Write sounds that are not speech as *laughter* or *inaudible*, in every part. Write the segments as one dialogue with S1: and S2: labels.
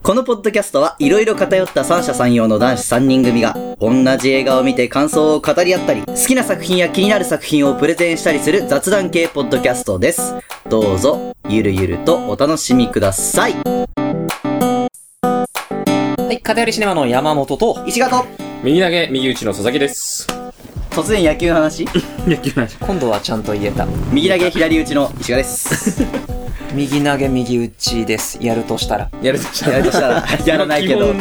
S1: このポッドキャストはいろいろ偏った三者三様の男子3人組が同じ映画を見て感想を語り合ったり好きな作品や気になる作品をプレゼンしたりする雑談系ポッドキャストですどうぞゆるゆるとお楽しみください
S2: はい、片寄りシネマの山本と、
S1: 石川
S3: 右投げ、右打ちの佐々木です。
S1: と突然野球の話
S3: 野球の話。
S2: 今度はちゃんと言えた。
S1: *laughs* 右投げ左打ちの石川です
S2: 右投げ右打ちです。やるとしたら。
S3: やるとした
S1: *laughs* やるとしたら *laughs* やらないけど、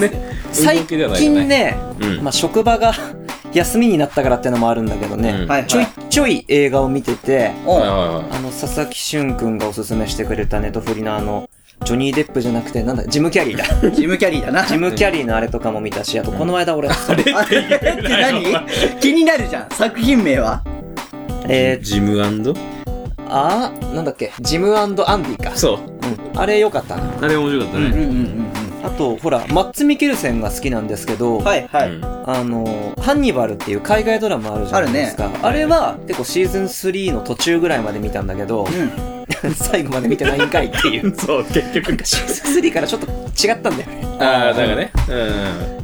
S2: 最近ね、
S3: うん
S2: まあ、職場が *laughs* 休みになったからってのもあるんだけどね、
S1: はい
S2: ちょいちょい映画を見てて、
S1: お
S3: はいは
S1: う
S3: いは。
S2: あの、佐々木俊くんがおすすめしてくれたネットフリのあの、ジョニー・デップじゃなくて、なんだ、ジム・キャリーだ。
S1: ジムキャリーだな
S2: ジム・キャリーのあれとかも見たし、あとこの間俺、
S1: あれって *laughs* 何気になるじゃん作品名はい
S2: えー、
S3: ジム
S2: あー、なんだっけ、ジムアンディか。
S3: そう。
S2: うん。あれ良かったな。
S3: あれ面白かった
S1: うん
S3: ね。
S1: うんうん
S2: あと、ほら、マッツ・ミケルセンが好きなんですけど、
S1: うんはいはい、
S3: うん
S2: あの、ハンニバルっていう海外ドラマあるじゃないですか。あ,、れは、結構シーズン3の途中ぐらいまで見たんだけど、
S1: うん、
S2: 最後まで見てないんかいっていう。
S3: そう、結局。
S2: シーズン3からちょっと違ったんだよね。
S3: ああ、だからね。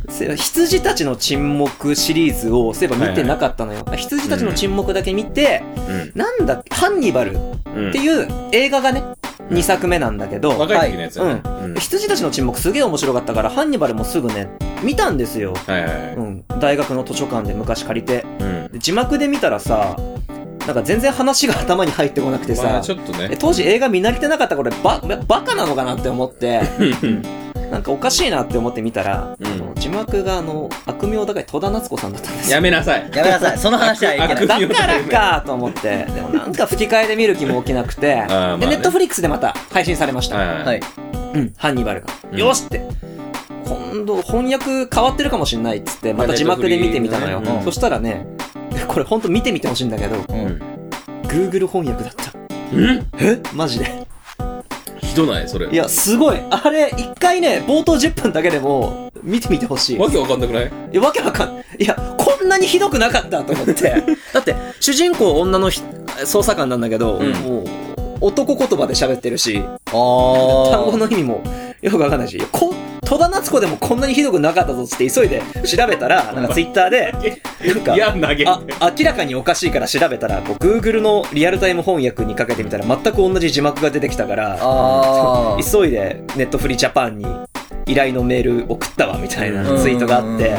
S3: うん。
S2: そういえば羊たちの沈黙シリーズを、そういえば見てなかったのよ。羊たちの沈黙だけ見て、なんだっけ、ハンニバルっ
S3: うん。
S2: ていう映画がね、2作目なんだけど、
S3: 若い時のやつだね。うん
S2: はい羊たちの沈黙すげえ面白かったから、ハンニバルもすぐね、見たんですよ。
S3: はいはいは
S2: うん。大学の図書館で昔借りて。
S3: い。うん。
S2: で字幕で見たらさなんか全然話が頭に入ってこなくて
S3: ま
S2: さ
S3: あ、ちょっと
S2: え
S3: ね。
S2: 当時映画見慣れてなかったこれババカなのかなって思って *laughs*
S3: うん
S2: なんかおかしいなって思って見たら、
S3: うん
S2: あの字幕があの悪名高い戸田夏子さんだったんですよ
S3: やめなさい。
S1: やめなさいその話はいけない
S3: 悪
S2: だからかと思ってでもなんか吹き替えで見る気も起きなくて、
S3: ーま *laughs* あね
S2: でネットフリックスでまた配信されました、
S3: はい
S1: はい。
S2: うん、ハンニバルが、
S3: うん
S2: よしって今度翻訳変わってるかもしんないっつってまた字幕で見てみたのよ、
S3: まあネットフリーねうん
S2: そしたらねこれほんと見てみてほしいんだけど
S1: う。
S3: うんん
S2: Google 翻訳だった
S3: うん。
S2: えマジで
S3: ひどない、それ。
S2: いや、すごい。あれ、一回ね、冒頭10分だけでも、見てみてほしい。
S3: わけわかんなくない
S2: いや、わけわかん、いや、こんなにひどくなかったと思って。 *laughs* だって、主人公女のひ捜査官なんだけど、
S3: うん
S2: もう、男言葉で喋ってるし、
S1: あ
S2: 単語
S1: ー。
S2: の意味もよくわかんないし、こ、戸田夏子でもこんなにひどくなかったぞっつって急いで調べたら、なんかツイッターで、なんか、
S3: いや、投げ
S2: あ、明らかにおかしいから調べたら、こう、Google のリアルタイム翻訳にかけてみたら、全く同じ字幕が出てきたから、
S1: あー。
S2: 急いで、ネットフリージャパンに依頼のメール送ったわ、みたいな *laughs* ツイートがあって
S1: うん、うんうんうん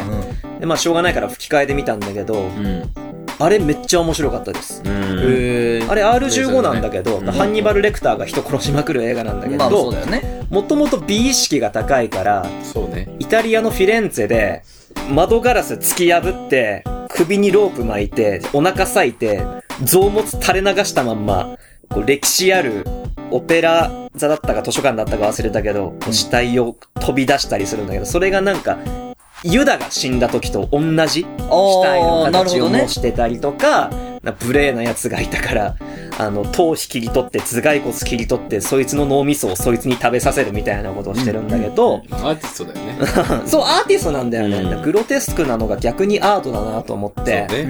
S2: で、まあ、しょうがないから吹き替えで見たんだけど
S3: う、ん。
S2: あれめっちゃ面白かったです。
S3: うん。
S2: あれ R15 なんだけど、
S3: うん
S2: ハンニバル・レクターが人殺しまくる映画なんだけ
S1: まあ、そう
S2: ど、
S1: だよね。
S2: もともと美意識が高いから、
S3: そうね。
S2: イタリアのフィレンツェで、窓ガラス突き破って、首にロープ巻いて、お腹裂いて、臓物垂れ流したまんま、こう歴史あるオペラ座だったか図書館だったか忘れたけど、こう死体を飛び出したりするんだけど、それがなんか、ユダが死んだ時と同じ死体の
S1: あー、なるほ
S2: 形を
S1: どね
S2: 模。してたりとか、な無礼な奴がいたから、あの、頭皮切り取って、頭蓋骨切り取って、そいつの脳みそをそいつに食べさせるみたいなことをしてるんだけど、
S3: アーティストだよね。
S2: そう、アーティストなんだよね。
S3: うん
S2: グロテスクなのが逆にアートだなと思っ
S3: そう
S2: て。
S3: ね。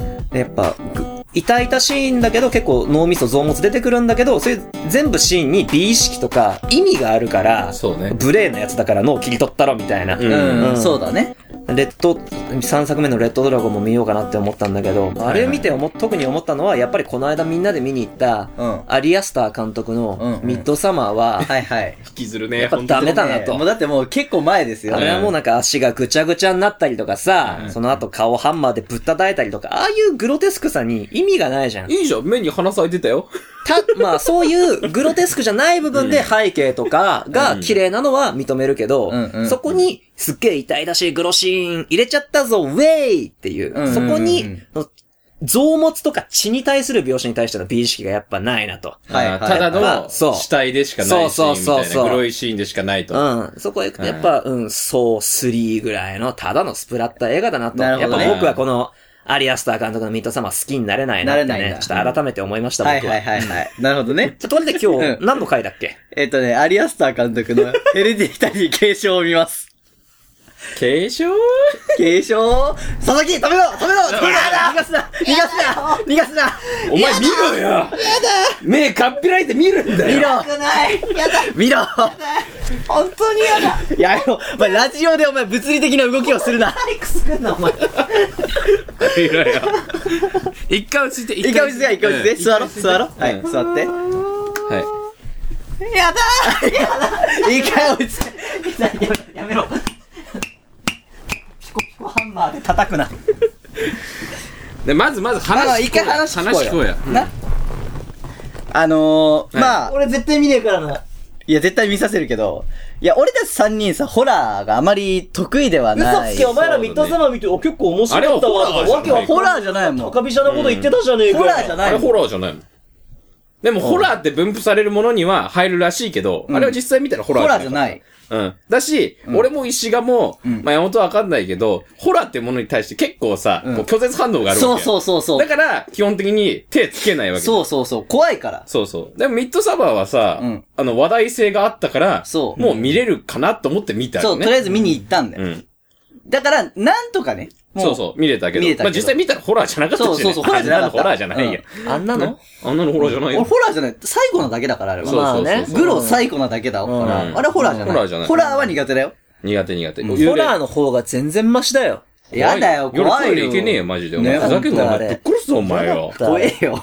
S1: うん
S2: やっぱ、ぐ痛々しいんだけど、結構脳みそ増物出てくるんだけど、そういう全部シーンに美意識とか意味があるか
S3: う
S2: ら
S3: ん。、そうね。
S2: 無礼なやつだから脳切り取ったろみたいな。
S3: う
S1: う、
S3: ん
S2: うんん
S1: そうだね。
S2: レッド、3作目のレッドドラゴンも見ようかなって思ったんだけど、あれ見て思っ特に思ったのは、やっぱりこの間みんなで見に行った、
S1: うん。は
S2: アリアスター監督のミッドサマー
S3: *laughs*
S2: は、
S1: い *laughs* はい。
S3: 引きずる
S2: や
S3: ね、
S2: っぱ
S3: ほんと
S2: ダメだなと
S1: もうだってもう結構前ですよ
S2: あ。れはもうなんか足がぐちゃぐちゃになったりとかさ、
S3: うん
S2: その後顔ハンマーでぶったたいたりとか、ああいうグロテスクさに意味がないじゃん。
S3: いいじゃん、目に鼻咲いてたよ。
S2: た、まあそういうグロテスクじゃない部分で背景とかが綺麗なのは認めるけど、
S1: うんうん
S2: そこにすっげえ痛いだしいグロシーン入れちゃったぞ、ウェイってい
S1: う
S2: う、
S1: んうんうん
S2: そこに、増物とか血に対する描写に対しての美意識がやっぱないなと。
S1: はいはい
S3: あーただ
S2: まあ
S3: の
S2: そう
S3: 死体でしかないシーンみ
S2: そうそうそ
S3: たい
S2: うそ
S3: な、
S2: う
S3: 黒いシーンでしかないと。
S2: うん。そこへ行くと、やっぱ、うん、そう3ぐらいの、ただのスプラッタ映画だなと。
S1: なるほどね
S2: やっぱ僕はこの、アリアスター監督のミッドサマー好きになれないなって
S1: なれないん
S2: ね
S1: だ。
S2: ちょっと改めて思いました、僕
S1: は
S2: は。
S1: いはいはいはい。なるほどね。 *laughs*
S2: ちょっと待って、今
S1: うん
S2: 日、何の回だっけ
S1: えっとね、アリアスター監督のヘレディタリー継承を見ます。
S3: 継承
S1: 継承佐々木食べろ食べろ食べろ逃がすな逃がすな逃がすな
S3: お前見ろよやだ目かっぴらいて見るんだ
S1: 見
S3: よ
S1: ろ
S4: くないやだ
S1: 見ろ
S4: 本当にやだ
S1: *laughs* やめろお前ラジオでお前物理的な動きをするな
S4: 何くすぐんなお前
S3: 見ろ
S1: *laughs*
S3: よ一回落ちて
S1: 一回落ち着け一回落ち着け座ろう座ろうはい座って
S3: うんは
S4: やだ
S1: 一回落ち着け
S4: ややめろピコピコハンマーで
S1: 叩くない
S3: でまずまず
S1: まあまあ
S3: 話
S1: 一回話聞こうよ
S3: 聞こうやうん
S1: なあのー、
S3: はい
S1: まあ
S4: 俺絶対見ねえからない
S1: や、絶対見させるけど。いや、俺たち三人さ、ホラーがあまり得意ではない。
S4: 嘘つけお前らミッドサマー見てお結構面白かったわと
S3: あれは
S4: かわけわかん
S1: ホラーじゃないもん。
S4: 高飛車のこと言ってたじゃねえか
S1: ホラーじゃ
S4: い
S1: な
S3: あ
S1: い
S3: れ
S1: もん。
S3: ホラーじゃないもんでもホラーって分布されるものには入るらしいけど、
S1: うん
S3: あれは実際見たらホラー
S1: ホラーじゃない。
S3: うん。だし、俺も石がも、まあ山本はわかんないけど、ホラーってものに対して結構さ、
S1: うん
S3: こう拒絶反応があるわけ
S1: そう
S3: う
S1: そうそうそう
S3: だ。から、基本的に手つけないわけ。う。
S1: そうそうそう。怖いから。
S3: そうそう。でもミッドサバーはさ、
S1: うん
S3: あの話題性があったから、
S1: そう
S3: もう見れるかなと思って見た
S1: そ
S3: よ
S1: う、
S3: ね。
S1: とりあえず見に行ったんだよ。
S3: うん。
S1: だから、なんとかね。も
S3: そうそう、見れたけど。
S1: 見れたけど
S3: まあ実際見たらホラーじゃなかったし、
S1: そ
S3: ね。
S1: うそうそう。ホラーじゃなかった。
S3: あんのホラーじゃないよ。
S1: うん。あんなの
S3: ねあんなのホラーじゃない
S1: 俺
S3: よ。
S1: ホラーじゃない。最後のだけだから、あれ
S3: そう
S1: は。
S3: そうそうそう
S2: まあね
S1: グロ最後のだけだから。
S3: うん
S1: あれホラーじゃない。
S3: ホラーじゃない
S1: ホラーは苦手だよ。
S3: 苦手苦手。
S1: うん
S3: 幽
S2: ホ
S3: 霊
S2: ラーの方が全然マシだよ。
S1: やだよ、
S3: 夜
S1: 怖
S3: トイ
S1: い
S3: レ
S1: よ。
S3: 行けねえよ、マジで。お
S1: ね
S3: 前ふざけんな、お
S2: 本当あ
S3: 前。
S2: れ
S3: ぶっ殺すぞ、お前よ。
S1: 怖えよ。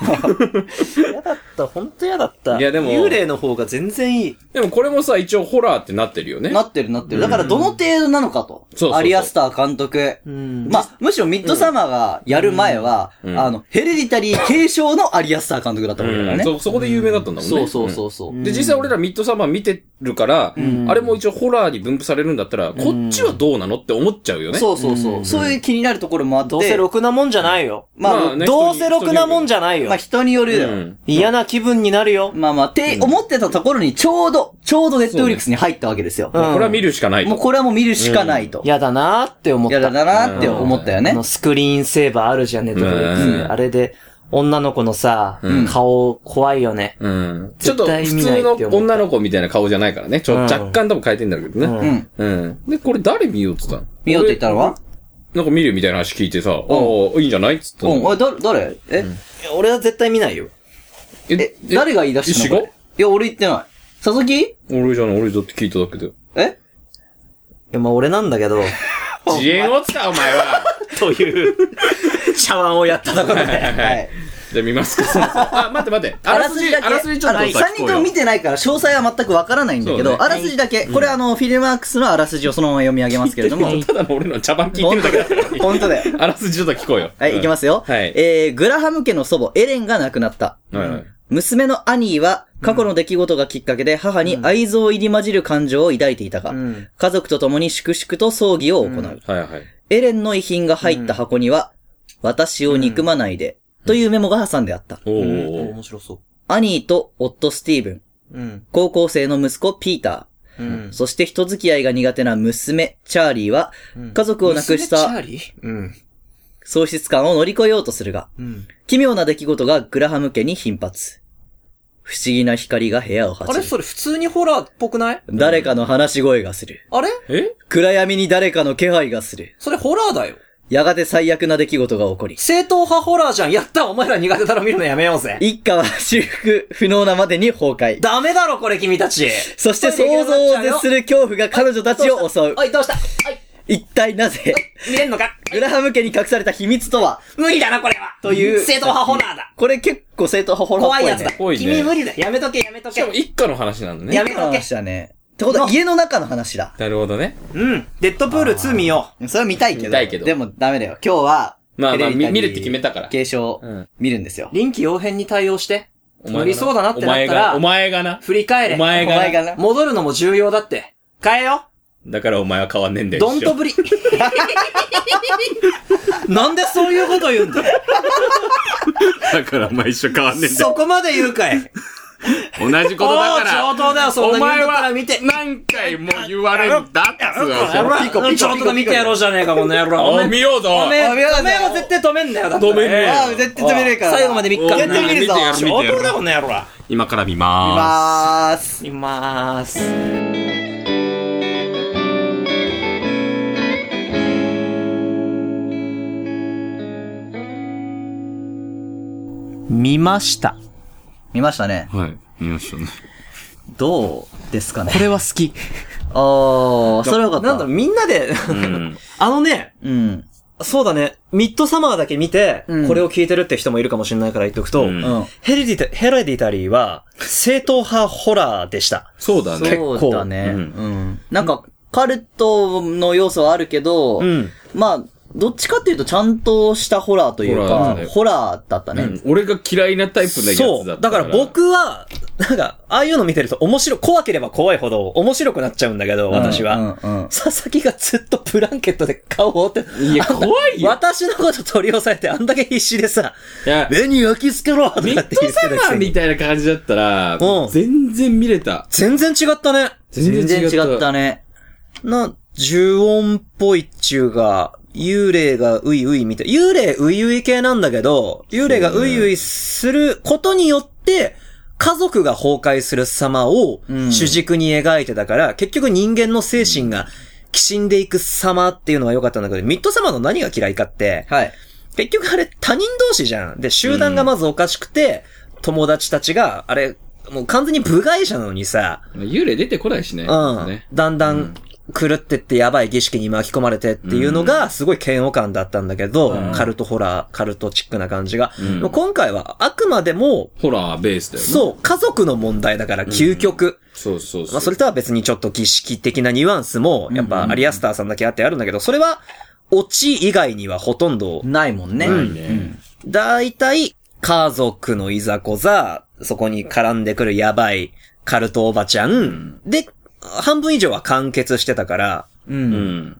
S2: 嫌だった、本当嫌だった。
S3: いやでも
S2: 幽霊の方が全然いい。
S3: でもこれもさ、一応ホラーってなってるよね。
S1: なってるなってる。だからどの程度なのかと。
S3: そうそうそう
S1: アリアスター監督。
S2: うん
S1: まあ、むしろミッドサマーがやる前は、
S3: うん
S1: あの、ヘレディタリー継承のアリアスター監督だったわけだから
S3: うん
S1: ね。
S3: そ、そこで有名だったんだもんね。
S1: そうそう
S3: うん
S1: そうそう。
S3: で、実際俺らミッドサマー見てるから、あれも一応ホラーに分布されるんだったら、こっちはどうなのって思っちゃうよね。
S1: そうそうそう。そういう気になるところもあって。
S2: どうせろくなもんじゃないよ。
S1: まあ、
S3: ね
S2: どうせろくなもんじゃないよ
S1: まあ。人によるよ。
S3: うん。
S2: 嫌な気分になるよ。
S1: まあまあ、って思ってたところにちょうど、ちょうどネットフリックスに入ったわけですよ。
S2: うん
S3: これは見るしかない
S1: もう
S3: と。
S1: これはもう見るしかないと。
S2: 嫌だなーって思っ
S1: や
S2: た。
S1: だなーって思ったよ
S2: あ
S1: ね
S2: の。スクリーンセーバーあるじゃん、ネットフリッ
S3: うん
S2: クス。あれで、女の子のさ、顔怖いよね。
S3: うん。ちょっ
S2: 絶
S3: と、
S2: 対
S3: 普
S2: 見ないっ
S3: 通
S2: て
S3: の
S2: 思った
S3: 女の子みたいな顔じゃないからね。ちょ、
S2: うん
S3: 若干多分変えてんだろうけど
S2: う
S3: ね。
S2: ん
S1: うん。
S3: うん。で、これ誰見ようって言ったの
S1: 見ようって言ったのは
S3: 俺なんか見るみたいな話聞いてさ、ああ、いいんじゃないっつった
S1: う
S3: の
S1: ん。あ、だ、誰え
S2: いや俺は絶対見ないよ。
S1: え、誰が言い出したの
S3: え
S1: これいや、俺言ってない。佐々木
S3: 俺じゃない、俺だって聞いただ
S1: *laughs*
S3: けだよ。
S1: え
S2: いや、まあ俺なんだけど、
S3: 自演を使う、お前は。
S2: という、 *laughs* 茶碗をやったところで。
S1: はい。
S3: じゃあ見ますか。あ、待って待って。あらすじ、あらすじちょっとさ
S1: 3人とも見てないから詳細は全くわからないんだけ
S3: そう
S1: ど、
S3: ね
S1: あらすじだけ。これあの、フィルマークスのあらすじをそのまま読み上げますけれど
S3: *laughs*
S1: も。
S3: ただの俺の茶番聞いてるだけだから。
S1: 本当だよ。
S3: あらすじちょっと聞こうよ。。
S1: はい、いきますすよ。
S3: はい
S1: えー、グラハム家の祖母、エレンが亡くなった。
S3: はいはい。
S1: 娘のアニーは、過去の出来事がきっかけで母に愛憎入り混じる感情を抱いていたが、
S2: うん
S1: 家族と共に粛々と葬儀を行う。
S3: はいはい。
S1: エレンの遺品が入った箱には、私を憎まないで、というメモが挟んであった。
S3: おー。
S2: 白そ
S1: アニーと夫スティーブン、
S2: う。うん。
S1: 高校生の息子ピータ
S2: うん
S1: ー、。そして人付き合いが苦手な娘チャーリーは、家族を亡くし
S2: 娘
S1: た
S2: チャーリーうん。
S1: 喪失感を乗り越えようとするが、
S2: うん。
S1: 奇妙な出来事がグラハム家に頻発。不思議な光が部屋を
S2: あ
S1: 走
S2: れ
S1: る。
S2: それ普通にホラーっぽくない
S1: 誰かの話し声がする。
S2: あれ
S3: え
S1: 暗闇に誰かの気配がする。
S2: それホラーだよ。
S1: やがて最悪な出来事が起こり、
S2: 正統派ホラーじゃん。やったお前ら苦手だろ見るのやめようぜ。
S1: 一家は修復不能なまでに崩壊。
S2: ダメだろこれ君たち。
S1: そして想像を絶する恐怖が彼女たちを襲う。
S2: おい、どうしたおい、
S1: 一体なぜ、
S2: 見れんのか
S1: グラハム家に隠された秘密とは
S2: 無理だなこれは。
S1: という
S2: 正統派ホラーだ。
S1: これ結構正統派ホラーっぽい、
S2: 怖い
S1: ね。
S2: やつだ。
S3: ぽいね
S2: 君無理だ。やめとけやめと
S3: し
S2: け
S3: かも。一家の話なんだ
S2: や
S3: ね。
S1: 家
S2: めと
S1: の
S2: け。
S1: 話だね。ってことは家の中の話だ。
S3: なるほどね。
S2: うん。デッドプール2見よ
S1: それは見たいけど。
S3: 見たいけど
S1: でもダメだよ。今日は、
S3: まあまあ
S1: テレビ
S3: 見見るって決めたから
S1: 継承
S3: うん、
S1: 見るんですよ
S2: う。。臨機応変に対応して。
S3: お前が
S2: 無理そうだなってなった
S3: お
S2: ら、
S3: 前が、お前がな。
S2: 振り返れ。
S3: お前
S1: お前が
S3: がな。
S1: な。
S2: 戻るのも重要だって。変えよ
S3: だからお前は変わんねえんだ
S2: う。
S3: よ。
S2: どん
S3: 一緒
S2: と *laughs* ぶり。なんでそういうこと言うんだよ。
S3: だからお前一緒変わんねえんだよ。
S2: そこまで言うかい。
S3: 同じことだから。
S2: おー上等だよそんなに言う
S3: お
S2: ん
S3: 前
S2: だった
S3: は
S2: ら見て
S3: 何回も言われるんだっつうの。
S2: ちょっとだけ見てやろうじゃねえか、この野郎。お
S3: お
S2: め
S3: い
S2: え、
S3: 見ようぞ。
S2: おめえ、
S1: おめえは
S2: おめえは絶対止めんなよ、だって
S3: 止めんねえよ
S1: ああ、絶対止めねえから。
S2: 最後まで見っ
S3: お
S2: か
S3: 前
S2: ら
S1: やってみるぞ
S3: 見てや
S2: 上
S3: 見てや
S2: 等だよ、この野郎は。
S3: 今から見
S1: 見
S3: ま
S1: まーす。
S2: いまーす。見ました。
S1: 見ましたね。
S3: はい。見ましたね。
S1: どうですかね
S2: こ。れは好き。
S1: ああ、それはよかった。
S2: なんだろう、みんなで、
S3: うん。
S2: あのね、
S1: うん。
S2: そうだね、ミッドサマーだけ見て、
S1: うん
S2: これを聞いてるって人もいるかもしれないから言っとくと、
S3: うん
S1: うん。
S2: ヘレディタヘレディタリーは、正統派ホラーでした。
S3: そうだね。
S1: そうだね。う
S3: うん
S1: ん。なんか、カルトの要素はあるけど、
S2: うん。
S1: まあ、どっちかっていうとちゃんとしたホラーという
S3: ホラー
S1: か
S3: だ、ね
S1: ホラーだったね。
S3: うん俺が嫌いなタイプのやつだった
S2: そう。だから、僕は、なんか、ああいうの見てると面白い、怖ければ怖いほど面白くなっちゃうんだけど、私は。
S1: うんうん。
S2: 佐々木がずっとブランケットで顔を覆って、
S3: いや、怖いよ。
S2: 私のこと取り押さえてあんだけ必死でさ、
S3: いや、
S2: 目に焼き付けろとかっ
S3: ミ
S2: て言っ
S3: ッ
S2: て
S3: ドサ
S2: るく
S3: マ
S2: せ
S3: ーみ
S2: に。
S3: たいな感じだったら
S2: う、ん
S3: 全然見れた。
S2: 全然違ったね。
S1: 全然違ったね。
S2: な、呪音っぽいっちゅうが、幽霊がういういみたい。幽霊ういうい系なんだけど、幽霊がういういすることによって、家族が崩壊する様を
S1: うん
S2: 主軸に描いてたから、結局人間の精神がきしんでいく様っていうのは良かったんだけど、ミッド様の何が嫌いかって、
S1: はい。
S2: 結局あれ他人同士じゃん。で、集団がまずおかしくて、友達たちが、あれ、もう完全に部外者なのにさ、
S3: 幽霊出てこないしね。
S2: うん
S3: ね。
S2: だんだん狂ってってやばい儀式に巻き込まれてっていうのがすごい嫌悪感だったんだけど、
S1: うん
S2: カルトホラー、カルトチックな感じが。
S3: うん
S2: でも今回はあくまでも、
S3: ホラーベースだよね。う。
S2: そう、家族の問題だから究極。
S3: そうそうそう。
S2: まあそれとは別にちょっと儀式的なニュアンスも、やっぱアリアスターさんだけあってあるんだけど、それは、オチ以外にはほとんど
S1: ないもんね。
S3: ないね。
S2: 大体、家族のいざこざ、そこに絡んでくるやばいカルトおばちゃん、で、半分以上は完結してたから、
S1: う。
S3: うん
S1: うん。
S3: ん。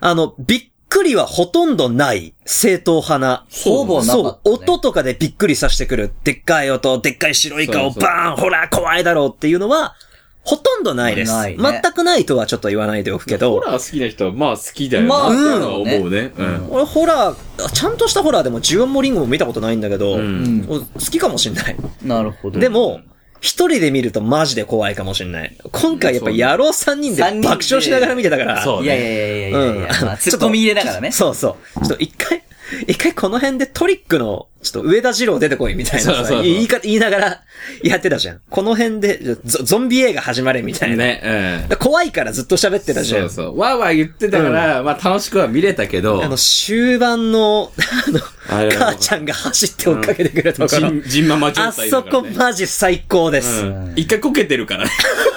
S2: あの、びっくりはほとんどない、正統派な。
S1: ほぼなかったね
S2: そう、音とかでびっくりさせてくる、でっかい音、でっかい白い顔、
S3: そうそう
S2: バーン、ほら、怖いだろうっていうのは、ほとんどないです。
S1: ないね
S2: 全くないとはちょっと言わないでおくけ
S3: ホ
S2: ど、
S3: ラー好きな人は、まあ好きだよ
S1: まあ
S3: な、ってのは思うね。うん。
S2: 俺ホラー、ちゃんとしたホラーでも、呪音もリンゴも見たことないんだけど、
S3: うん。
S2: 俺好きかもしんない。
S1: なるほど。
S2: でも、一人で見るとマジで怖いかもしれない。今回やっぱ野郎三人で
S1: 三人
S2: 爆
S1: で
S2: 笑しながら見てたから。
S3: そう
S1: いやいやいやいやいやいや、
S2: うん
S1: まあ、突っ込み入れながらね。
S2: そうそう。ちょっと一回、一回この辺でトリックの、ちょっと上田二郎出てこいみたいな
S3: そう
S2: さ
S3: そうそう
S2: 言い方、言いながらやってたじゃん。この辺でじゃゾゾンビ映画始まれみたいな。
S3: ね、うん。
S2: だから怖いからずっと喋ってたじ
S3: そ
S2: ゃ。
S3: うんそう。わーわー言ってたから、まあ楽しくは見れたけど、
S2: あの、終盤の、あの、
S3: あれは
S2: 母ちゃんが走って追っかけてくるところ。
S3: ジンジンママ状
S2: あ
S3: 態
S2: そ
S3: だから
S2: こ
S3: ね。
S2: マジ最高です。
S3: うん一回こけてるからね。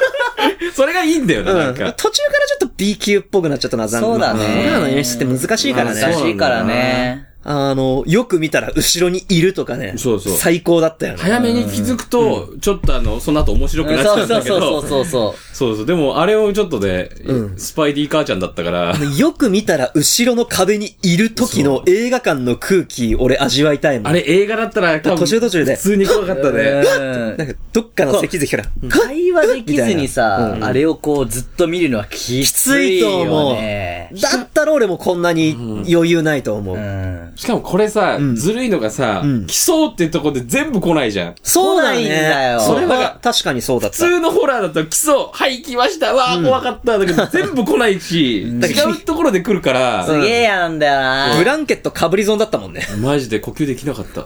S3: *laughs* それがいいんだよな、
S2: う、
S3: なんん
S2: 途中から
S3: か。
S2: ちょっと B 級っぽくなっちゃったな、残念
S1: そうだね
S2: ホラーの演出って難しいから
S1: 難
S2: ね。
S1: しいからね。
S2: あの、よく見たら後ろにいるとかね。
S3: そうそう
S2: 最高だったよね。
S3: 早めに気づくと、ちょっとあの、その後面白く
S1: う
S3: なっ
S1: ん
S3: ちゃ
S1: そううんそ
S3: だ
S1: う
S3: けど。
S1: そうそうそう。
S3: そうそう。でも、あれをちょっとね、
S2: うん
S3: スパイディー母ちゃんだったから、
S2: よく見たら後ろの壁にいる時の映画館の空気、俺味わいたいもん。
S3: あれ映画だったら多分、
S2: 途中途中で
S3: 普通に怖かったね。
S1: うん
S2: なんか、どっかの席でから。うん
S1: 会話できずにさ
S2: う、ん
S1: あれをこうずっと見るのはきついよね。
S2: だったら俺もこんなに余裕ないと思う。
S1: うん。
S3: しかもこれさ、
S2: ん
S3: ずるいのがさ、
S2: うん
S3: 来そうってとこで全部来ないじゃん。
S2: そう
S1: 来
S2: だ
S1: ないんだよ
S2: ね。それは確かにそうだっ
S3: 普
S2: た。
S3: 通のホラーだと来そう、はい来ました、わあ、怖かった、だけど全部来ないし、違うところで来るから、
S1: すげえやなんだよな。
S2: ブランケットかぶり損だったも
S1: *laughs*
S2: んね。
S3: マジで呼吸できなかった。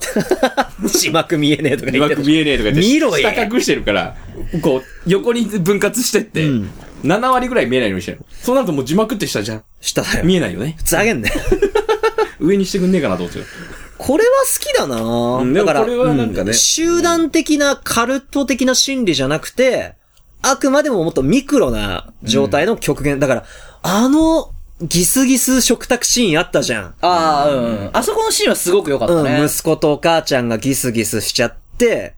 S2: 字幕見えねえとか
S3: *laughs* 疑
S2: 言ってた
S3: 惑見えねえとか言って、
S2: 見ろ
S3: 下
S2: や
S3: 隠してるから、こう、横に分割してって、7割ぐらい見えないようにしてる。そうなるともう字幕って下じゃん。
S2: 下だよ。
S3: 見えないよね
S2: ふ。ざけんなよ。
S3: 上にしてくんねえかなと思ってる。
S2: これは好きだな
S3: うんで
S2: だ
S3: も
S2: から、
S3: これはなんかね
S2: う集団的なカルト的な心理じゃなくて、あくまでももっとミクロな状態の極限。だから、あの、ギスギス食卓シーンあったじゃん。
S1: ああ、うん。あそこのシーンはすごく良かった
S2: う
S1: ね。
S2: ん、息子とお母ちゃんがギスギスしちゃって、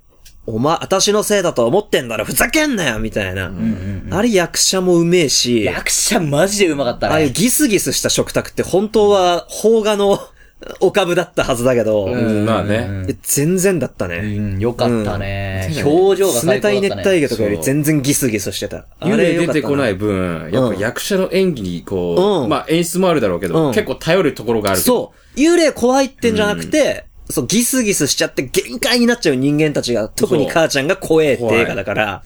S2: お前、私のせいだと思ってんだろ、ふざけんなよみたいな。あれ役者もうめえし、
S1: 役者マジでうまかった
S2: ああいう
S1: ね。
S2: ギスギスした食卓って本当は、邦画の *laughs* お株だったはずだけど、
S3: うん、まあね。
S2: え全然だったね。
S1: うん、良かったね。
S3: うん
S1: 表情が最
S2: 冷
S1: 高だ
S2: た
S1: った
S2: い
S1: ね。
S2: 熱帯魚とかより全然ギスギスしてた。。
S3: 幽霊出てこないい分、やっぱ役者の演技にこ
S2: う
S3: う、
S2: ん
S3: まあ演出もあるだろうけど、
S2: うん
S3: 結構頼るところがある。
S2: そう。幽霊怖いってんじゃなくて、そう、ギスギスしちゃって限界になっちゃう人間たちが、特に母ちゃんが怖えって映画だから、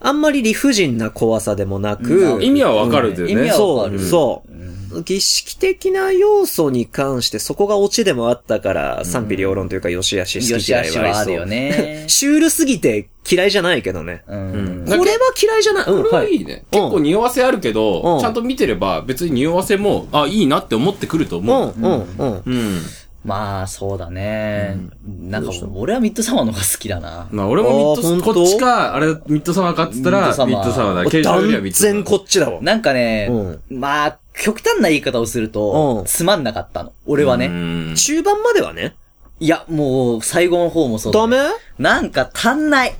S2: あんまり理不尽な怖さでもなく、
S3: 意味はわかるんだよね。
S1: 意味はわか
S2: そ
S1: る
S2: う、そう。儀式的な要素に関して、そこがオチでもあったから、賛否両論というか、よしあし好
S1: よ
S2: き
S1: し
S2: 嫌
S1: あ
S2: い
S1: し
S2: はあり
S1: はあ
S2: そ
S1: る
S2: う
S1: よね。
S2: *laughs* シュールすぎて嫌いじゃないけどね。
S1: うん。
S2: これは嫌いじゃない。う
S3: こ
S2: ん、
S3: れ
S2: は
S3: はい
S2: い。
S3: いね。
S2: うん
S3: 結構匂わせあるけ
S2: う
S3: ど
S2: ん、
S3: ちゃんと見てれば別に匂わせも、あ、いいなって思ってくると
S2: う
S3: 思
S2: ん、
S3: う。
S2: うん、うん。
S3: うん。
S1: まあ、そうだね。なんか、俺はミッドサマーの方が好きだな。
S3: まあ俺もミ
S2: あー
S3: ッ
S2: 本当
S3: ド、こっちか、あれ、ミッドサマーかっつった
S1: ミッド
S3: ら、
S1: サマ
S3: ミ
S1: ー
S3: ッドサマーだ。
S2: 断然こ
S3: こ
S2: っちだわ。
S1: なんかね、
S2: うん
S1: まあ、極端な言い方をすると
S2: う、ん
S1: つまんなかったの。俺はね。
S3: ね
S2: 中盤まではね。
S1: いや、もう、最後の方もそうだ
S2: ダ
S1: ね、
S2: メ
S1: なんか足んない。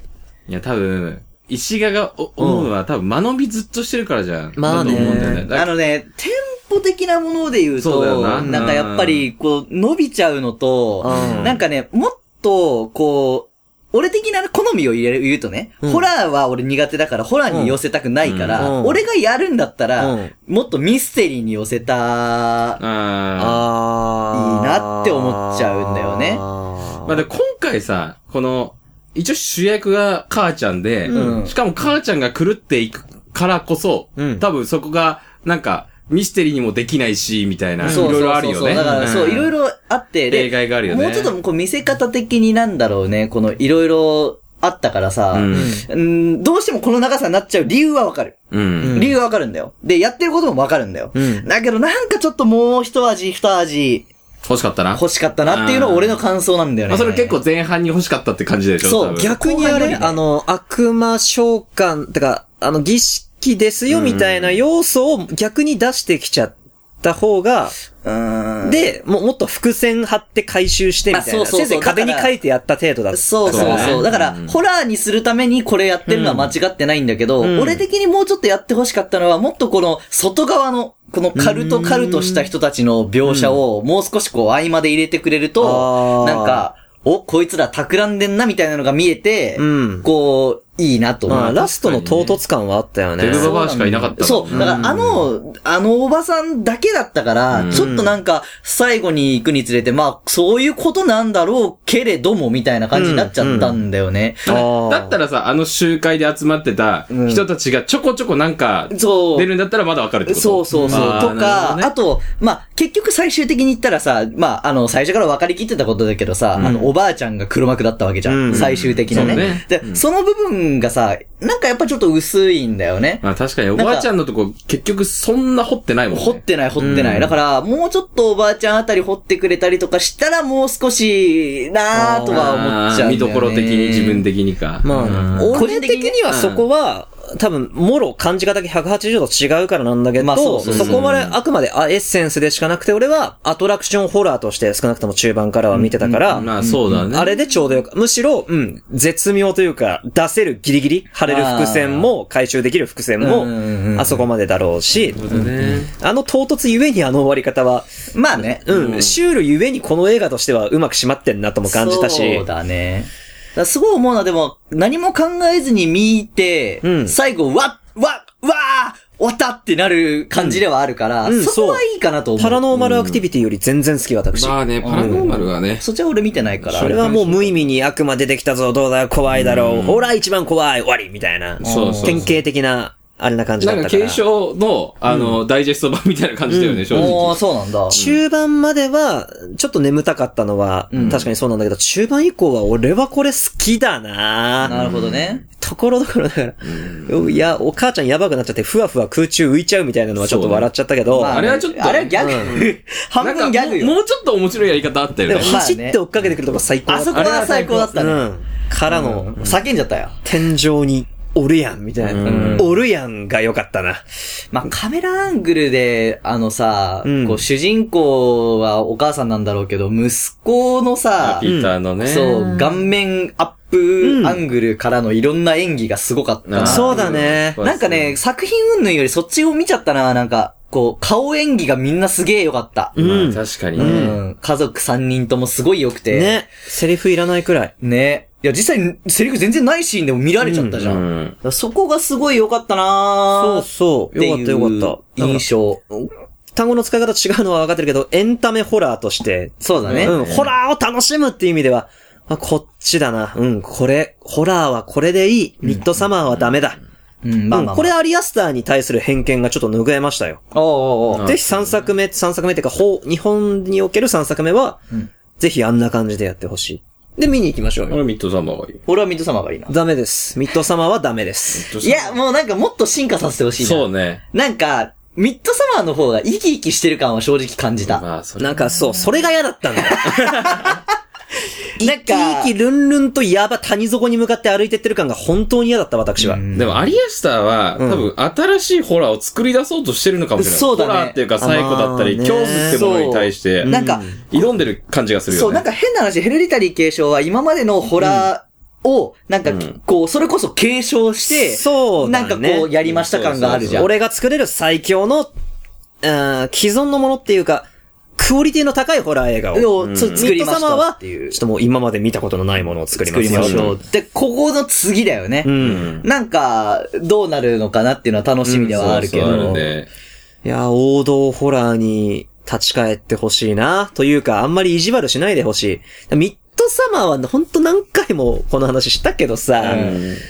S3: いや、多分、石賀がお思うのは、多分、間延びずっとしてるからじゃん。
S2: まあね
S3: だと思うんだよね。だ
S1: あのね、テンポ的なもので言う
S3: そうだ
S1: と、
S3: よな
S1: なんかやっぱり、こう、伸びちゃうのと、
S2: うん
S1: なんかね、もっと、こう、俺的な好みを入れる言うとね、
S2: うん
S1: ホラーは俺苦手だから、ホラーに寄せたくないから、
S2: うん
S1: 俺がやるんだったら、
S2: うん
S1: もっとミステリーに寄せた、
S3: あ
S2: あ
S1: いいなって思っちゃうんだよね
S3: あ。
S2: ま
S3: まあ、で、今回さ、この、一応主役が母ちゃんで、
S1: うん
S3: しかも母ちゃんが狂っていくからこそ、
S2: うん
S3: 多分そこが、なんか、ミステリーにもできないし、みたいな、い
S1: そう
S3: ろい
S1: そう
S3: ろあ
S1: そう
S3: るよ
S1: そう。
S3: ね。
S1: だから、そう、いろい
S3: ろ。
S1: ろあって、で
S3: 例外があるよね。
S1: もうちょっとこう見せ方的になんだろうね、このいろいろあったからさ、
S3: うん。
S1: うんどうしてもこの長さになっちゃう理由はわかる。
S3: うん。
S1: 理由はわかるんだよ。で、やってることもわかるんだよ。
S2: ん
S1: だけどなんかちょっともう一味二味
S3: 欲しかったな。
S1: 欲しかったなっていうのが俺の感想なんだよね。
S3: まあ、それ結構前半に欲しかったって感じでしょ
S1: そう
S3: 多分
S2: 逆に
S1: 後
S2: あ
S1: 半
S2: れ、
S1: よりね
S2: あの、悪魔召喚、てか、あの、儀式ですよみたいな要素を逆に出してきちゃった方が、
S1: うん。で、
S2: で、もうもっと伏線張って回収してみたいな。
S1: あそうそうそう
S2: せいぜい壁に書いてやった程度だった。
S1: そうそう
S3: そうだ
S1: そう。
S3: ね
S1: だから、
S3: うん
S1: ホラーにするためにこれやってるのは間違ってないんだけど、
S2: うん
S1: 俺的にもうちょっとやって欲しかったのは、もっとこの外側の、このカルトカルトした人たちの描写をもう少しこう合間で入れてくれる
S2: あ
S1: と、
S2: ー
S1: なんか、お、こいつら企んでんなみたいなのが見えて、
S2: うん
S1: こう、いいなと思う。
S2: まあ、ラストの唐突感はあったよね。
S3: デブババアしかいなかった。
S1: そうう。だから、あの、あのおばさんだけだったから、
S3: うん
S1: ちょっとなんか、最後に行くにつれて、まあ、そういうことなんだろうけれども、みたいな感じになっちゃったんだよね。
S2: あー
S3: だったらさ、あの集会で集まってた
S1: うん
S3: 人たちがちょこちょこなんか
S1: そう。
S3: 出るんだったらまだわかるってこと
S1: そうそうそう。
S3: あー
S1: と
S3: なるほ
S1: か、
S3: どね
S1: あと、まあ、結局最終的に言ったらさ、まあ、あの、最初から分かりきってたことだけどさ、あの、おばあちゃんが黒幕だったわけじゃん。
S2: うん
S1: 最終的なね。
S3: そうね
S1: で、その部分がさ、なんかやっぱちょっと薄いんだよね。
S3: まあ確かにおばあちゃんのとこ結局そんな掘ってないもんね。
S1: 掘ってない掘ってない。
S3: うん
S1: だから、もうちょっとおばあちゃんあたり掘ってくれたりとかしたら、もう少し、なーとは思っちゃ
S3: あー
S1: う、
S3: 見どころ的に自分。的にか。
S2: ま
S3: うん
S2: あ、
S1: うん
S2: 俺的にはそこは、多分、もろ感じ方が180度違うからなんだけど、
S1: まあそうそうそ
S2: そうこまであくまであエッセンスでしかなくて、俺はアトラクションホラーとして少なくとも中盤からは見てたから、
S3: まあそうだね。
S2: あれでちょうどよかむしろ、うん、絶妙というか、出せるギリギリ、貼れる伏線も、回収できる伏線
S1: うんうんうん
S2: も、あそこまでだろうし、
S3: なるほどね。
S2: あの唐突ゆえにあの終わり方は、
S1: まあね。
S2: うん、シュールゆえにこの映画としてはうまく締まってんなとも感じたし、
S1: そうだね。だからすごい思うのは、でも、何も考えずに見て、
S2: うん
S1: 最後、わっ、わっ、わー終わったってなる感じではあるから、
S2: うんうん
S1: そこは
S2: そう
S1: いいかなと思う。
S2: パラノーマルアクティビティより全然好き私。
S3: まあね、パラノーマルはね。
S1: そっちは俺見てないから。
S2: それはもう無意味に悪魔出てきたぞ、どうだ、怖いだろう、ほら一番怖い、終わり、みたいな。
S3: そうそう
S2: 典型的な、あれな感じだ
S3: な
S2: っ
S3: ん
S2: た
S3: か
S2: から。
S3: 継承の、あの、ダイジェスト版みたいな感じだよね、正
S1: も
S3: 直。
S1: う、そうなんだ。
S2: 中盤までは、ちょっと眠たかったのは、確かにそうなんだけど、中盤以降は俺はこれ好きだな
S1: なるほどね。
S2: ところどころだから、いや、お母ちゃんやばくなっちゃって、ふわふわ空中浮いちゃうみたいなのはちょっと笑っちゃったけど、
S1: ま
S3: あれはちょっと
S1: あれはギャグ。
S3: な
S1: 半
S3: んか
S1: 分ギャグよ。
S3: もうもうちょっと面白いやり方あったよ
S2: で
S3: ね
S2: も。走って追っかけてくるとこ最高だ
S1: あ
S2: った
S1: そこは最高だった
S2: う
S1: ね。
S2: ん。からの、
S1: 叫んじゃったよ。
S2: 天井に、おるやん、みたいな。おるやんが良かったな。
S1: まあ、カメラアングルで、あのさ、
S2: うん
S1: こう主人公はお母さんなんだろうけど、息子のさ、
S3: ピーターのね。
S1: そう、顔面アップアングルからのいろんな演技がすごかったな。
S3: あー
S2: そうだね
S1: なんかね、、作品云々よりそっちを見ちゃったな、なんか、こう、顔演技がみんなすげえ良かった。
S2: ん
S3: まあ確かに
S1: う
S3: ね。
S1: ん。家族3人ともすごい良くて。。
S2: ね。セリフいらないくらい。
S1: ね。いや、実際、セリフ全然ないシーンでも見られちゃったじゃん。だ
S3: ん。
S1: からそこがすごい良かったな
S2: そう
S1: う
S2: そう。よかったよかった。
S1: 印象。
S2: 単語の使い方違うのは分かってるけど、エンタメホラーとして、
S1: そうだね。
S2: うん、ホラーを楽しむっていう意味では、あこっちだな。うん、これ、ホラーはこれでいい。ミッドサマーはダメだ。
S1: うん、まあまあまあ、
S2: これアリアスターに対する偏見がちょっと拭えましたよ。
S1: おうおうおう
S2: ぜひ3作目、3作目っていうか、ほう日本における3作目は、
S1: うん
S2: ぜひあんな感じでやってほしい。で、見に行きましょう
S3: 俺
S2: よ。
S3: ミッドサマーがいい。
S1: 俺はミッドサマーがいいな。
S2: ダメです。ミッドサマーはダメです。
S1: いや、もうなんかもっと進化させてほしいな。
S3: そうね。
S1: なんか、ミッドサマーの方が生き生きしてる感は正直感じた。
S3: まあ、それ
S2: なんかそう、それが嫌だったんだよ。
S1: なん
S2: 生
S1: か、
S2: きルンルンとやば谷底に向かって歩いてってる感が本当に嫌だった、私は。
S3: でも、アリアスターは、多分、新しいホラーを作り出そうとしてるのかもしれない。
S1: そうだね
S3: ホラーっていうか、サイコだったり、
S2: あまあね
S3: 恐怖ってものに対して、
S1: なんか、
S3: 挑んでる感じがするよね。
S1: そう、なんか変な話、ヘレディタリー継承は今までのホラーを、なんか
S3: ん、
S1: こう、それこそ継承して、
S2: そうだ
S1: なん
S2: ね
S1: かこう、やりました感があるじゃん。
S2: 俺が作れる最強の、うん既存のものっていうか、クオリティの高いホラー映画を。
S1: をつ作りまし
S2: ミッドサマー
S1: た
S2: は
S1: っていう。
S2: ちょっともう今まで見たことのないものを作りま
S1: 作
S2: す
S1: り
S2: よ。
S1: ましょう。で、ここの次だよね。
S2: うん。
S1: なんか、どうなるのかなっていうのは楽しみではあるけど。
S3: そうそうあるね。
S2: いや、王道ホラーに立ち返ってほしいな。というか、あんまり意地悪しないでほしい。ミッドサマーはほんと何回もこの話したけどさ、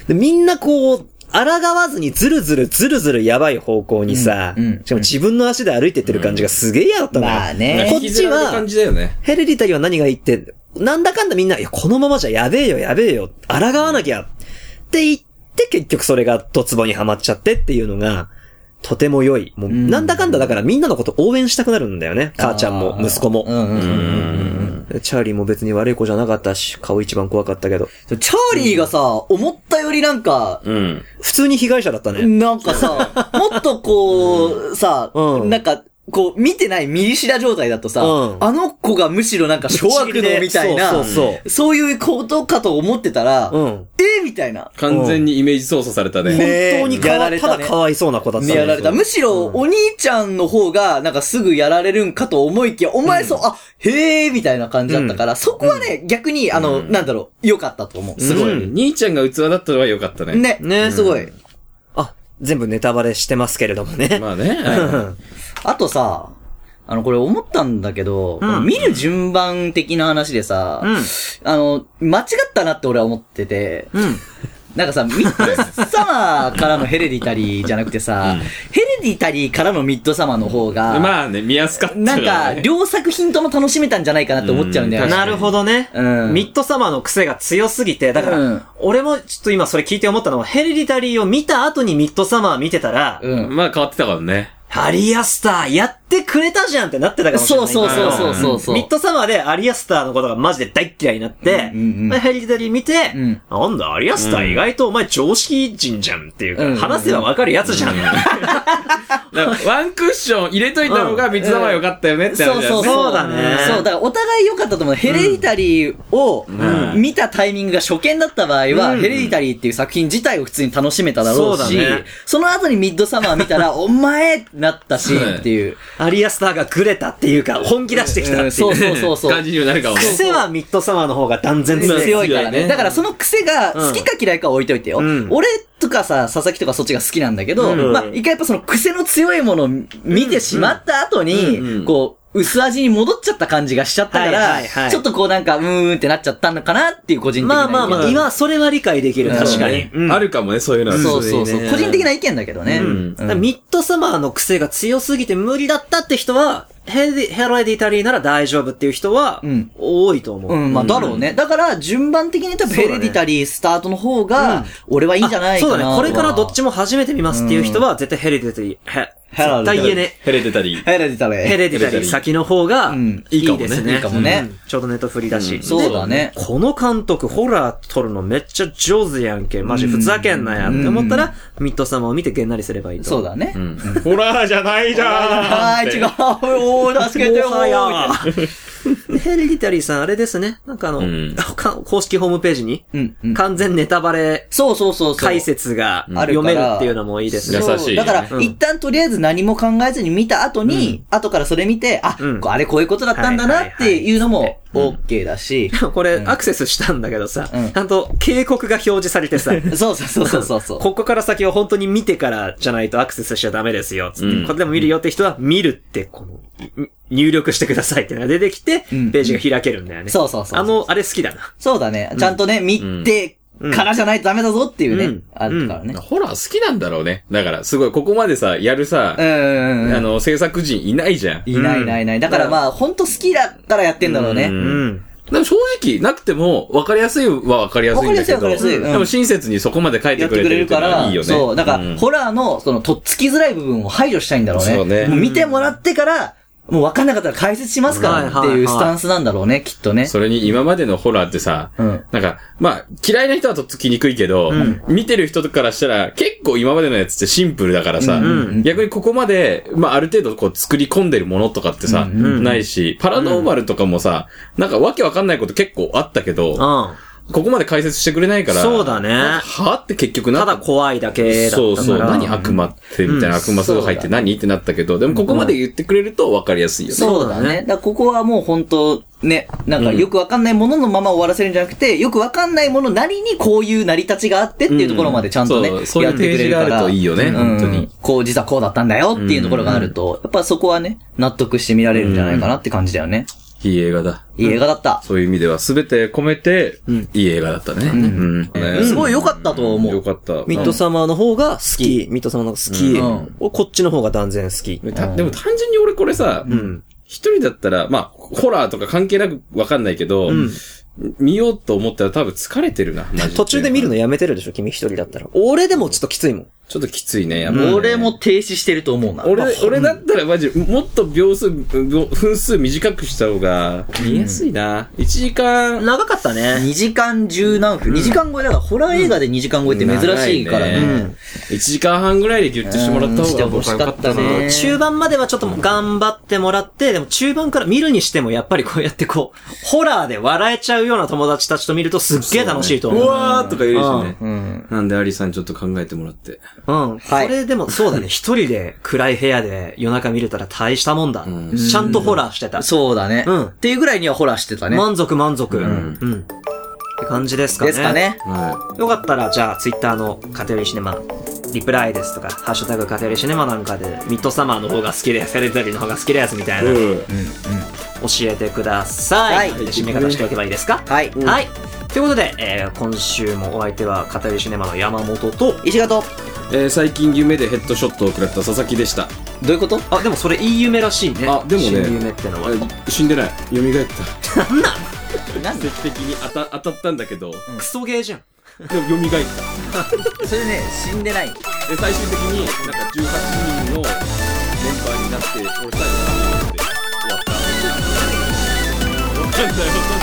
S2: でみんなこう、抗わずにずるずるずるずるやばい方向にさ、
S1: うんうん
S2: しかも自分の足で歩いてってる感じがすげえ嫌だったのよ。
S1: まあね
S2: こっち
S3: 引きずられる
S2: は
S3: 感、じだよね。
S2: ヘレディタリーは何が言って、なんだかんだみんな、いや、このままじゃやべえよ、やべえよ、抗わなきゃ、って言って、結局それがドツボにはまっちゃってっていうのが、とても良い。もう、
S1: ん
S2: なんだかんだだからみんなのこと応援したくなるんだよね。母ちゃんも、息子
S1: う
S2: も。
S1: んうんうんうん。
S2: チャーリーも別に悪い子じゃなかったし、顔一番怖かったけど。
S1: チャーリーがさ、思ったよりなんか、
S3: うん。
S2: 普通に被害者だったね。
S1: なんかさ、もっとこう、さ、
S2: うん
S1: なんか、こう、見てない見知ら状態だとさ、
S2: うん
S1: あの子がむしろなんか小悪
S2: で
S1: のみたいな、
S2: そ
S1: そうう
S2: そう
S1: いうことかと思ってたら、
S2: そう。う
S1: え
S2: ん。
S1: ーみたいな。
S3: 完全にイメージ操作されたね。
S1: ねえ
S2: 本当にか
S1: や
S2: わ
S1: ら
S2: い
S1: れ
S2: た
S1: たね
S2: だかわいそうな子だったね。
S1: やられた。むしろ、お兄ちゃんの方が、なんかすぐやられるんかと思いきや、お前そう、あ、へーみたいな感じだったから、そこはね、逆に、あの、なんだろう、良かったと思う。すごい。
S2: うん
S3: 兄ちゃんが器だったのは良かったね。
S1: ね、
S2: ね
S1: すごい。
S2: あ、全部ネタバレしてますけれどもね。
S3: まあね。
S1: *laughs* あとさ、あの、これ思ったんだけど、この見る順番的な話でさ、あの、間違ったなって俺は思ってて、なんかさ、ミッドサマーからのヘレディタリーじゃなくてさ、ヘレディタリーからのミッドサマーの方が、
S3: まあね、見やすかったよ
S1: なん
S3: ね
S1: か、両作品とも楽しめたんじゃないかなって思っちゃうんだよね。
S2: なるほどね。
S1: うん
S2: ミッドサマーの癖が強すぎて、だから、
S1: うん
S2: 俺もちょっと今それ聞いて思ったのは、ヘレディタリーを見た後にミッドサマー見てたら、
S1: うん。
S3: まあ変わってたからね。
S2: アリアスターやってくれたじゃんってなってたかもしれ
S1: そ
S2: な
S1: う
S2: い。
S1: そうそうそうそうそう。
S2: ミッドサマーでアリアスターのことがマジで大っ嫌いになって、
S1: うんうんうん
S2: でヘリディタリー見て、
S1: うん
S2: なんだ、アリアスター意外とお前常識人じゃんっていうか、
S1: うんうんうん
S2: 話せばわかるやつじゃん。
S3: だから
S1: *laughs*
S3: ワンクッション入れといた方が三つ玉良かったよねって
S1: そ
S3: 話
S1: う
S3: だ
S1: そ
S3: よ
S1: う
S3: ね。
S2: そうだね
S1: そう、だからお互い良かったと思う。ヘレディタリーを
S3: ん
S1: 見たタイミングが初見だった場合は、ヘレディタリーっていう作品自体を普通に楽しめただろう
S2: そう
S1: し、
S2: だね
S1: その後にミッドサマー見たら、お前ってなったし、っていう。
S2: アリアスターがグレたっていうか、本気出してきたっていう。
S1: うんそうそうそうそう。
S3: 感じになるかもね。
S2: 癖はミッドサマーの方が断然強い。
S1: 強いから
S3: 強い
S1: ね。
S3: ね
S1: だからその癖が好きか嫌いかは置いといてよ。
S2: うん
S1: 俺とかさ、佐々木とかそっちが好きなんだけど、
S2: うん
S1: まあ、一回やっぱその癖の強いものを見てしまった後に、
S3: うんうん
S1: こう、薄味に戻っちゃった感じがしちゃったから、
S2: はいはいはい
S1: ちょっとこうなんか、うーんってなっちゃったのかなっていう個人的な
S2: ま
S1: 意
S2: あ
S1: 見。
S2: まあまあ、今それは理解できる。
S1: うん
S2: 確か
S3: ね
S2: に。うん
S3: あるかもね、そういうのは。
S1: そうそうそう。
S2: そうね
S1: 個人的な意見だけどね。
S3: うん
S2: だからミッドサマーの癖が強すぎて無理だったって人は、ヘレディヘレディタリーなら大丈夫っていう人は
S1: うん、
S2: 多いと思う。
S1: うん、まあ、だろうね。だから、順番的に多分ヘレディタリースタートの方が、俺はいいんじゃないか
S2: そう
S1: な
S2: だね。これからどっ
S1: も。
S2: ちも始めてみますっていう人は、絶対ヘレディタリー、へ、
S1: ヘレディタリー
S2: 絶対言えね。
S3: ヘレディタリー。
S1: ヘレディタリー。
S2: ヘレディタリー先の方が
S1: うん、
S2: いいですね。
S1: いいかもね
S2: うん。ちょうどネットフリだし。
S1: そうだね。
S2: この監督、ホラー撮るのめっちゃ上手やんけ。マジふざけんなやって思ったら、ミッドサマーを見てげんなりすればいいと。
S1: そうだね。
S3: うんホラーじゃないじ
S1: は
S3: ゃん
S1: ーい、違う。おー、助けてよ
S2: もはや
S1: ー。
S2: ヘレディタリーさん、あれですね。なんかあの、
S3: うん
S2: か公式ホームページに、
S1: うんうん
S2: 完全ネタバレ
S1: そうそうそうそう。
S2: 解説が
S1: ある
S2: 読
S1: から
S2: めるっていうのもいいですね。
S3: 優
S1: そう
S3: しいね
S1: だから、
S2: うん
S1: 一旦とりあえず何も考えずに見た後に、後からそれ見て、あ、
S2: うん
S1: こうあれこういうことだったんだ
S2: はい
S1: な
S2: はい
S1: っ
S2: はい
S1: ていうのも OK だし。
S2: これ、アクセスしたんだけどさ、
S1: うん
S2: ちゃんと警告が表示されてさ、
S1: そうそうそうそうそうそう。
S2: ここから先は本当に見てからじゃないとアクセスしちゃダメですよ。つって、
S3: うん
S2: これでも見るよって人は、見るって、この、に入力してくださいっていうのが出てきて、
S1: うん
S2: ページが開けるんだよ
S1: *laughs*
S2: ね。
S1: そうそうそうそう
S2: あの、あれ好きだな。
S1: そうだね。ちゃんとね、見て、からじゃないとダメだぞっていうね、
S2: うん
S1: あるからね。
S3: ホラー好きなんだろうね。だから、すごい、ここまでさ、やるさ
S1: う、んうんうん。
S3: あの、制作人いないじゃん。
S1: いないいないいない。だからまあ、ほんと好きだからやってんだろうね。
S2: うん。
S3: でも正直、なくても、分かりやすいは分かりやすいんだ
S1: 分かりや
S3: けど、
S1: すいは分かりやすいうん
S3: でも親切にそこまで書い
S1: や
S3: て
S1: っ
S3: く
S1: て
S3: れ
S1: くれ
S3: て
S1: る
S3: るってい
S1: か
S3: うのは
S1: ら、
S3: いいよね。
S1: そう、だから、
S3: ん
S1: ホラーの、その、とっつきづらい部分を排除したいんだろうね。
S3: そうね
S1: も見てもらってから、もう分かんなかったら解説しますからっていうスタンスなんだろうね、きっとね。
S3: それに今までのホラーってさ、
S1: うん
S3: なんか、まあ、嫌いな人はとっつきにくいけど、見てる人からしたら、結構今までのやつってシンプルだからさ、
S1: うん
S3: 逆にここまで、まあ、ある程度こう作り込んでるものとかってさ、ないし、パラノーマルとかもさ、なんかわけわかんないこと結構あったけど、
S2: うん。
S3: ここまで解説してくれないから、
S2: そうだね
S3: なんかはぁって結局な
S2: た
S3: った
S2: だ怖いだけだったから。
S3: そうそう。何悪魔って、みたいな悪魔すぐ入っ
S1: そ
S3: て
S1: う
S3: 何ってなったけど、でもここまで言ってくれると分かりやすいよね。
S1: そうだね。だからここはもう本当ね、なんかよくわかんないもののまま終わらせるんじゃなくて、よくわかんないものなりにこういう成り立ちがあってっていうところまでちゃんとね、
S3: そう、そうい
S1: や
S3: う
S1: って
S3: 提
S1: くれ
S3: 示
S1: る
S3: が
S1: か
S3: ある
S1: ら。
S3: といいよね、本当
S1: うん
S3: に。
S1: こう実はこうだったんだよっていうところがあると、やっぱそこはね、納得して見られるんじゃないかなって感じだよね。
S3: いい映画だ。
S1: いい映画だった。
S3: そういう意味では全て込めて、いい映画だったね。うん。ね
S1: すごい良かったと思う
S3: よかった。
S2: ミッドサマーの方が好き。ミッドサマーの方が好き。
S1: うん
S2: 俺こっちの方が断然好き。
S3: うんたでも単純に俺これさ、一人だったら、まあ、ホラーとか関係なく分かんないけど、見ようと思ったら多分疲れてるな、マジ *laughs*
S2: 途中で見るのやめてるでしょ君一人だったら。俺でもちょっときついもん。
S3: ちょっときついね、やっぱね
S1: 俺も停止してると思うな。
S3: 俺、俺だったらマジ、もっと秒数、秒分数短くした方が見やすいな。1時間、
S2: 長かったね。
S1: 2時間十何分、2時間超えだから、ホラー映画で2時間超えって珍しいからね。
S3: 長い1時間半ぐらいでギュッとしてもらった
S1: うんして
S3: 方が
S1: ほ
S3: 僕
S1: し
S3: は良
S1: か
S3: か
S1: っ
S3: ったたな。
S1: ね
S2: 中盤まではちょっと頑張ってもらって、でも中盤から見るにしてもやっぱりこうやってこう、ホラーで笑えちゃうような友達たちと見るとすっげえ楽しいと思う。
S3: うわーとか言うしね。
S1: うん。
S3: なんで、アリさんちょっと考えてもらって。
S2: うん。こ
S1: はい
S2: れでも、そうだね。一人で暗い部屋で夜中見れたら大したもんだ。
S3: うん
S2: ちゃんとホラーしてた。
S1: そうだね。
S2: うん
S1: っていうぐらいにはホラーしてたね。
S2: 満足満足。うんん。って感じですかね。
S1: ですか。ね。
S3: は
S2: よかったら、じゃあ、ツイッターのカテゴリーシネマ、リプライですとか、ハッシュタグカテゴリーシネマなんかで、ミッドサマーの方が好きです、セレブリーの方が好きです、みたい
S3: い。
S2: な、教
S3: ん。
S2: えてください。
S1: はい
S2: 締め方しておけばいいですか、
S1: はい。
S2: はい。ということで、えー今週もお相手は、カテゴリーシネマの山本と、
S1: 石形、ど
S3: えー最近夢でヘッドショットを食らった佐々木でした。
S1: ういうこと
S2: あ、でもそれいい夢らしいね。
S3: あでもね
S2: 新夢ってのは。
S3: あ死んでない。蘇った。
S1: なんで
S3: 奇跡的に当た当たったんだけど、
S2: クソゲーじゃん。
S3: でも蘇った。
S1: それね、死んでない。
S3: で、最終的になんか18人のメンバーになって、俺最後に終わった。わかんない。わかんない。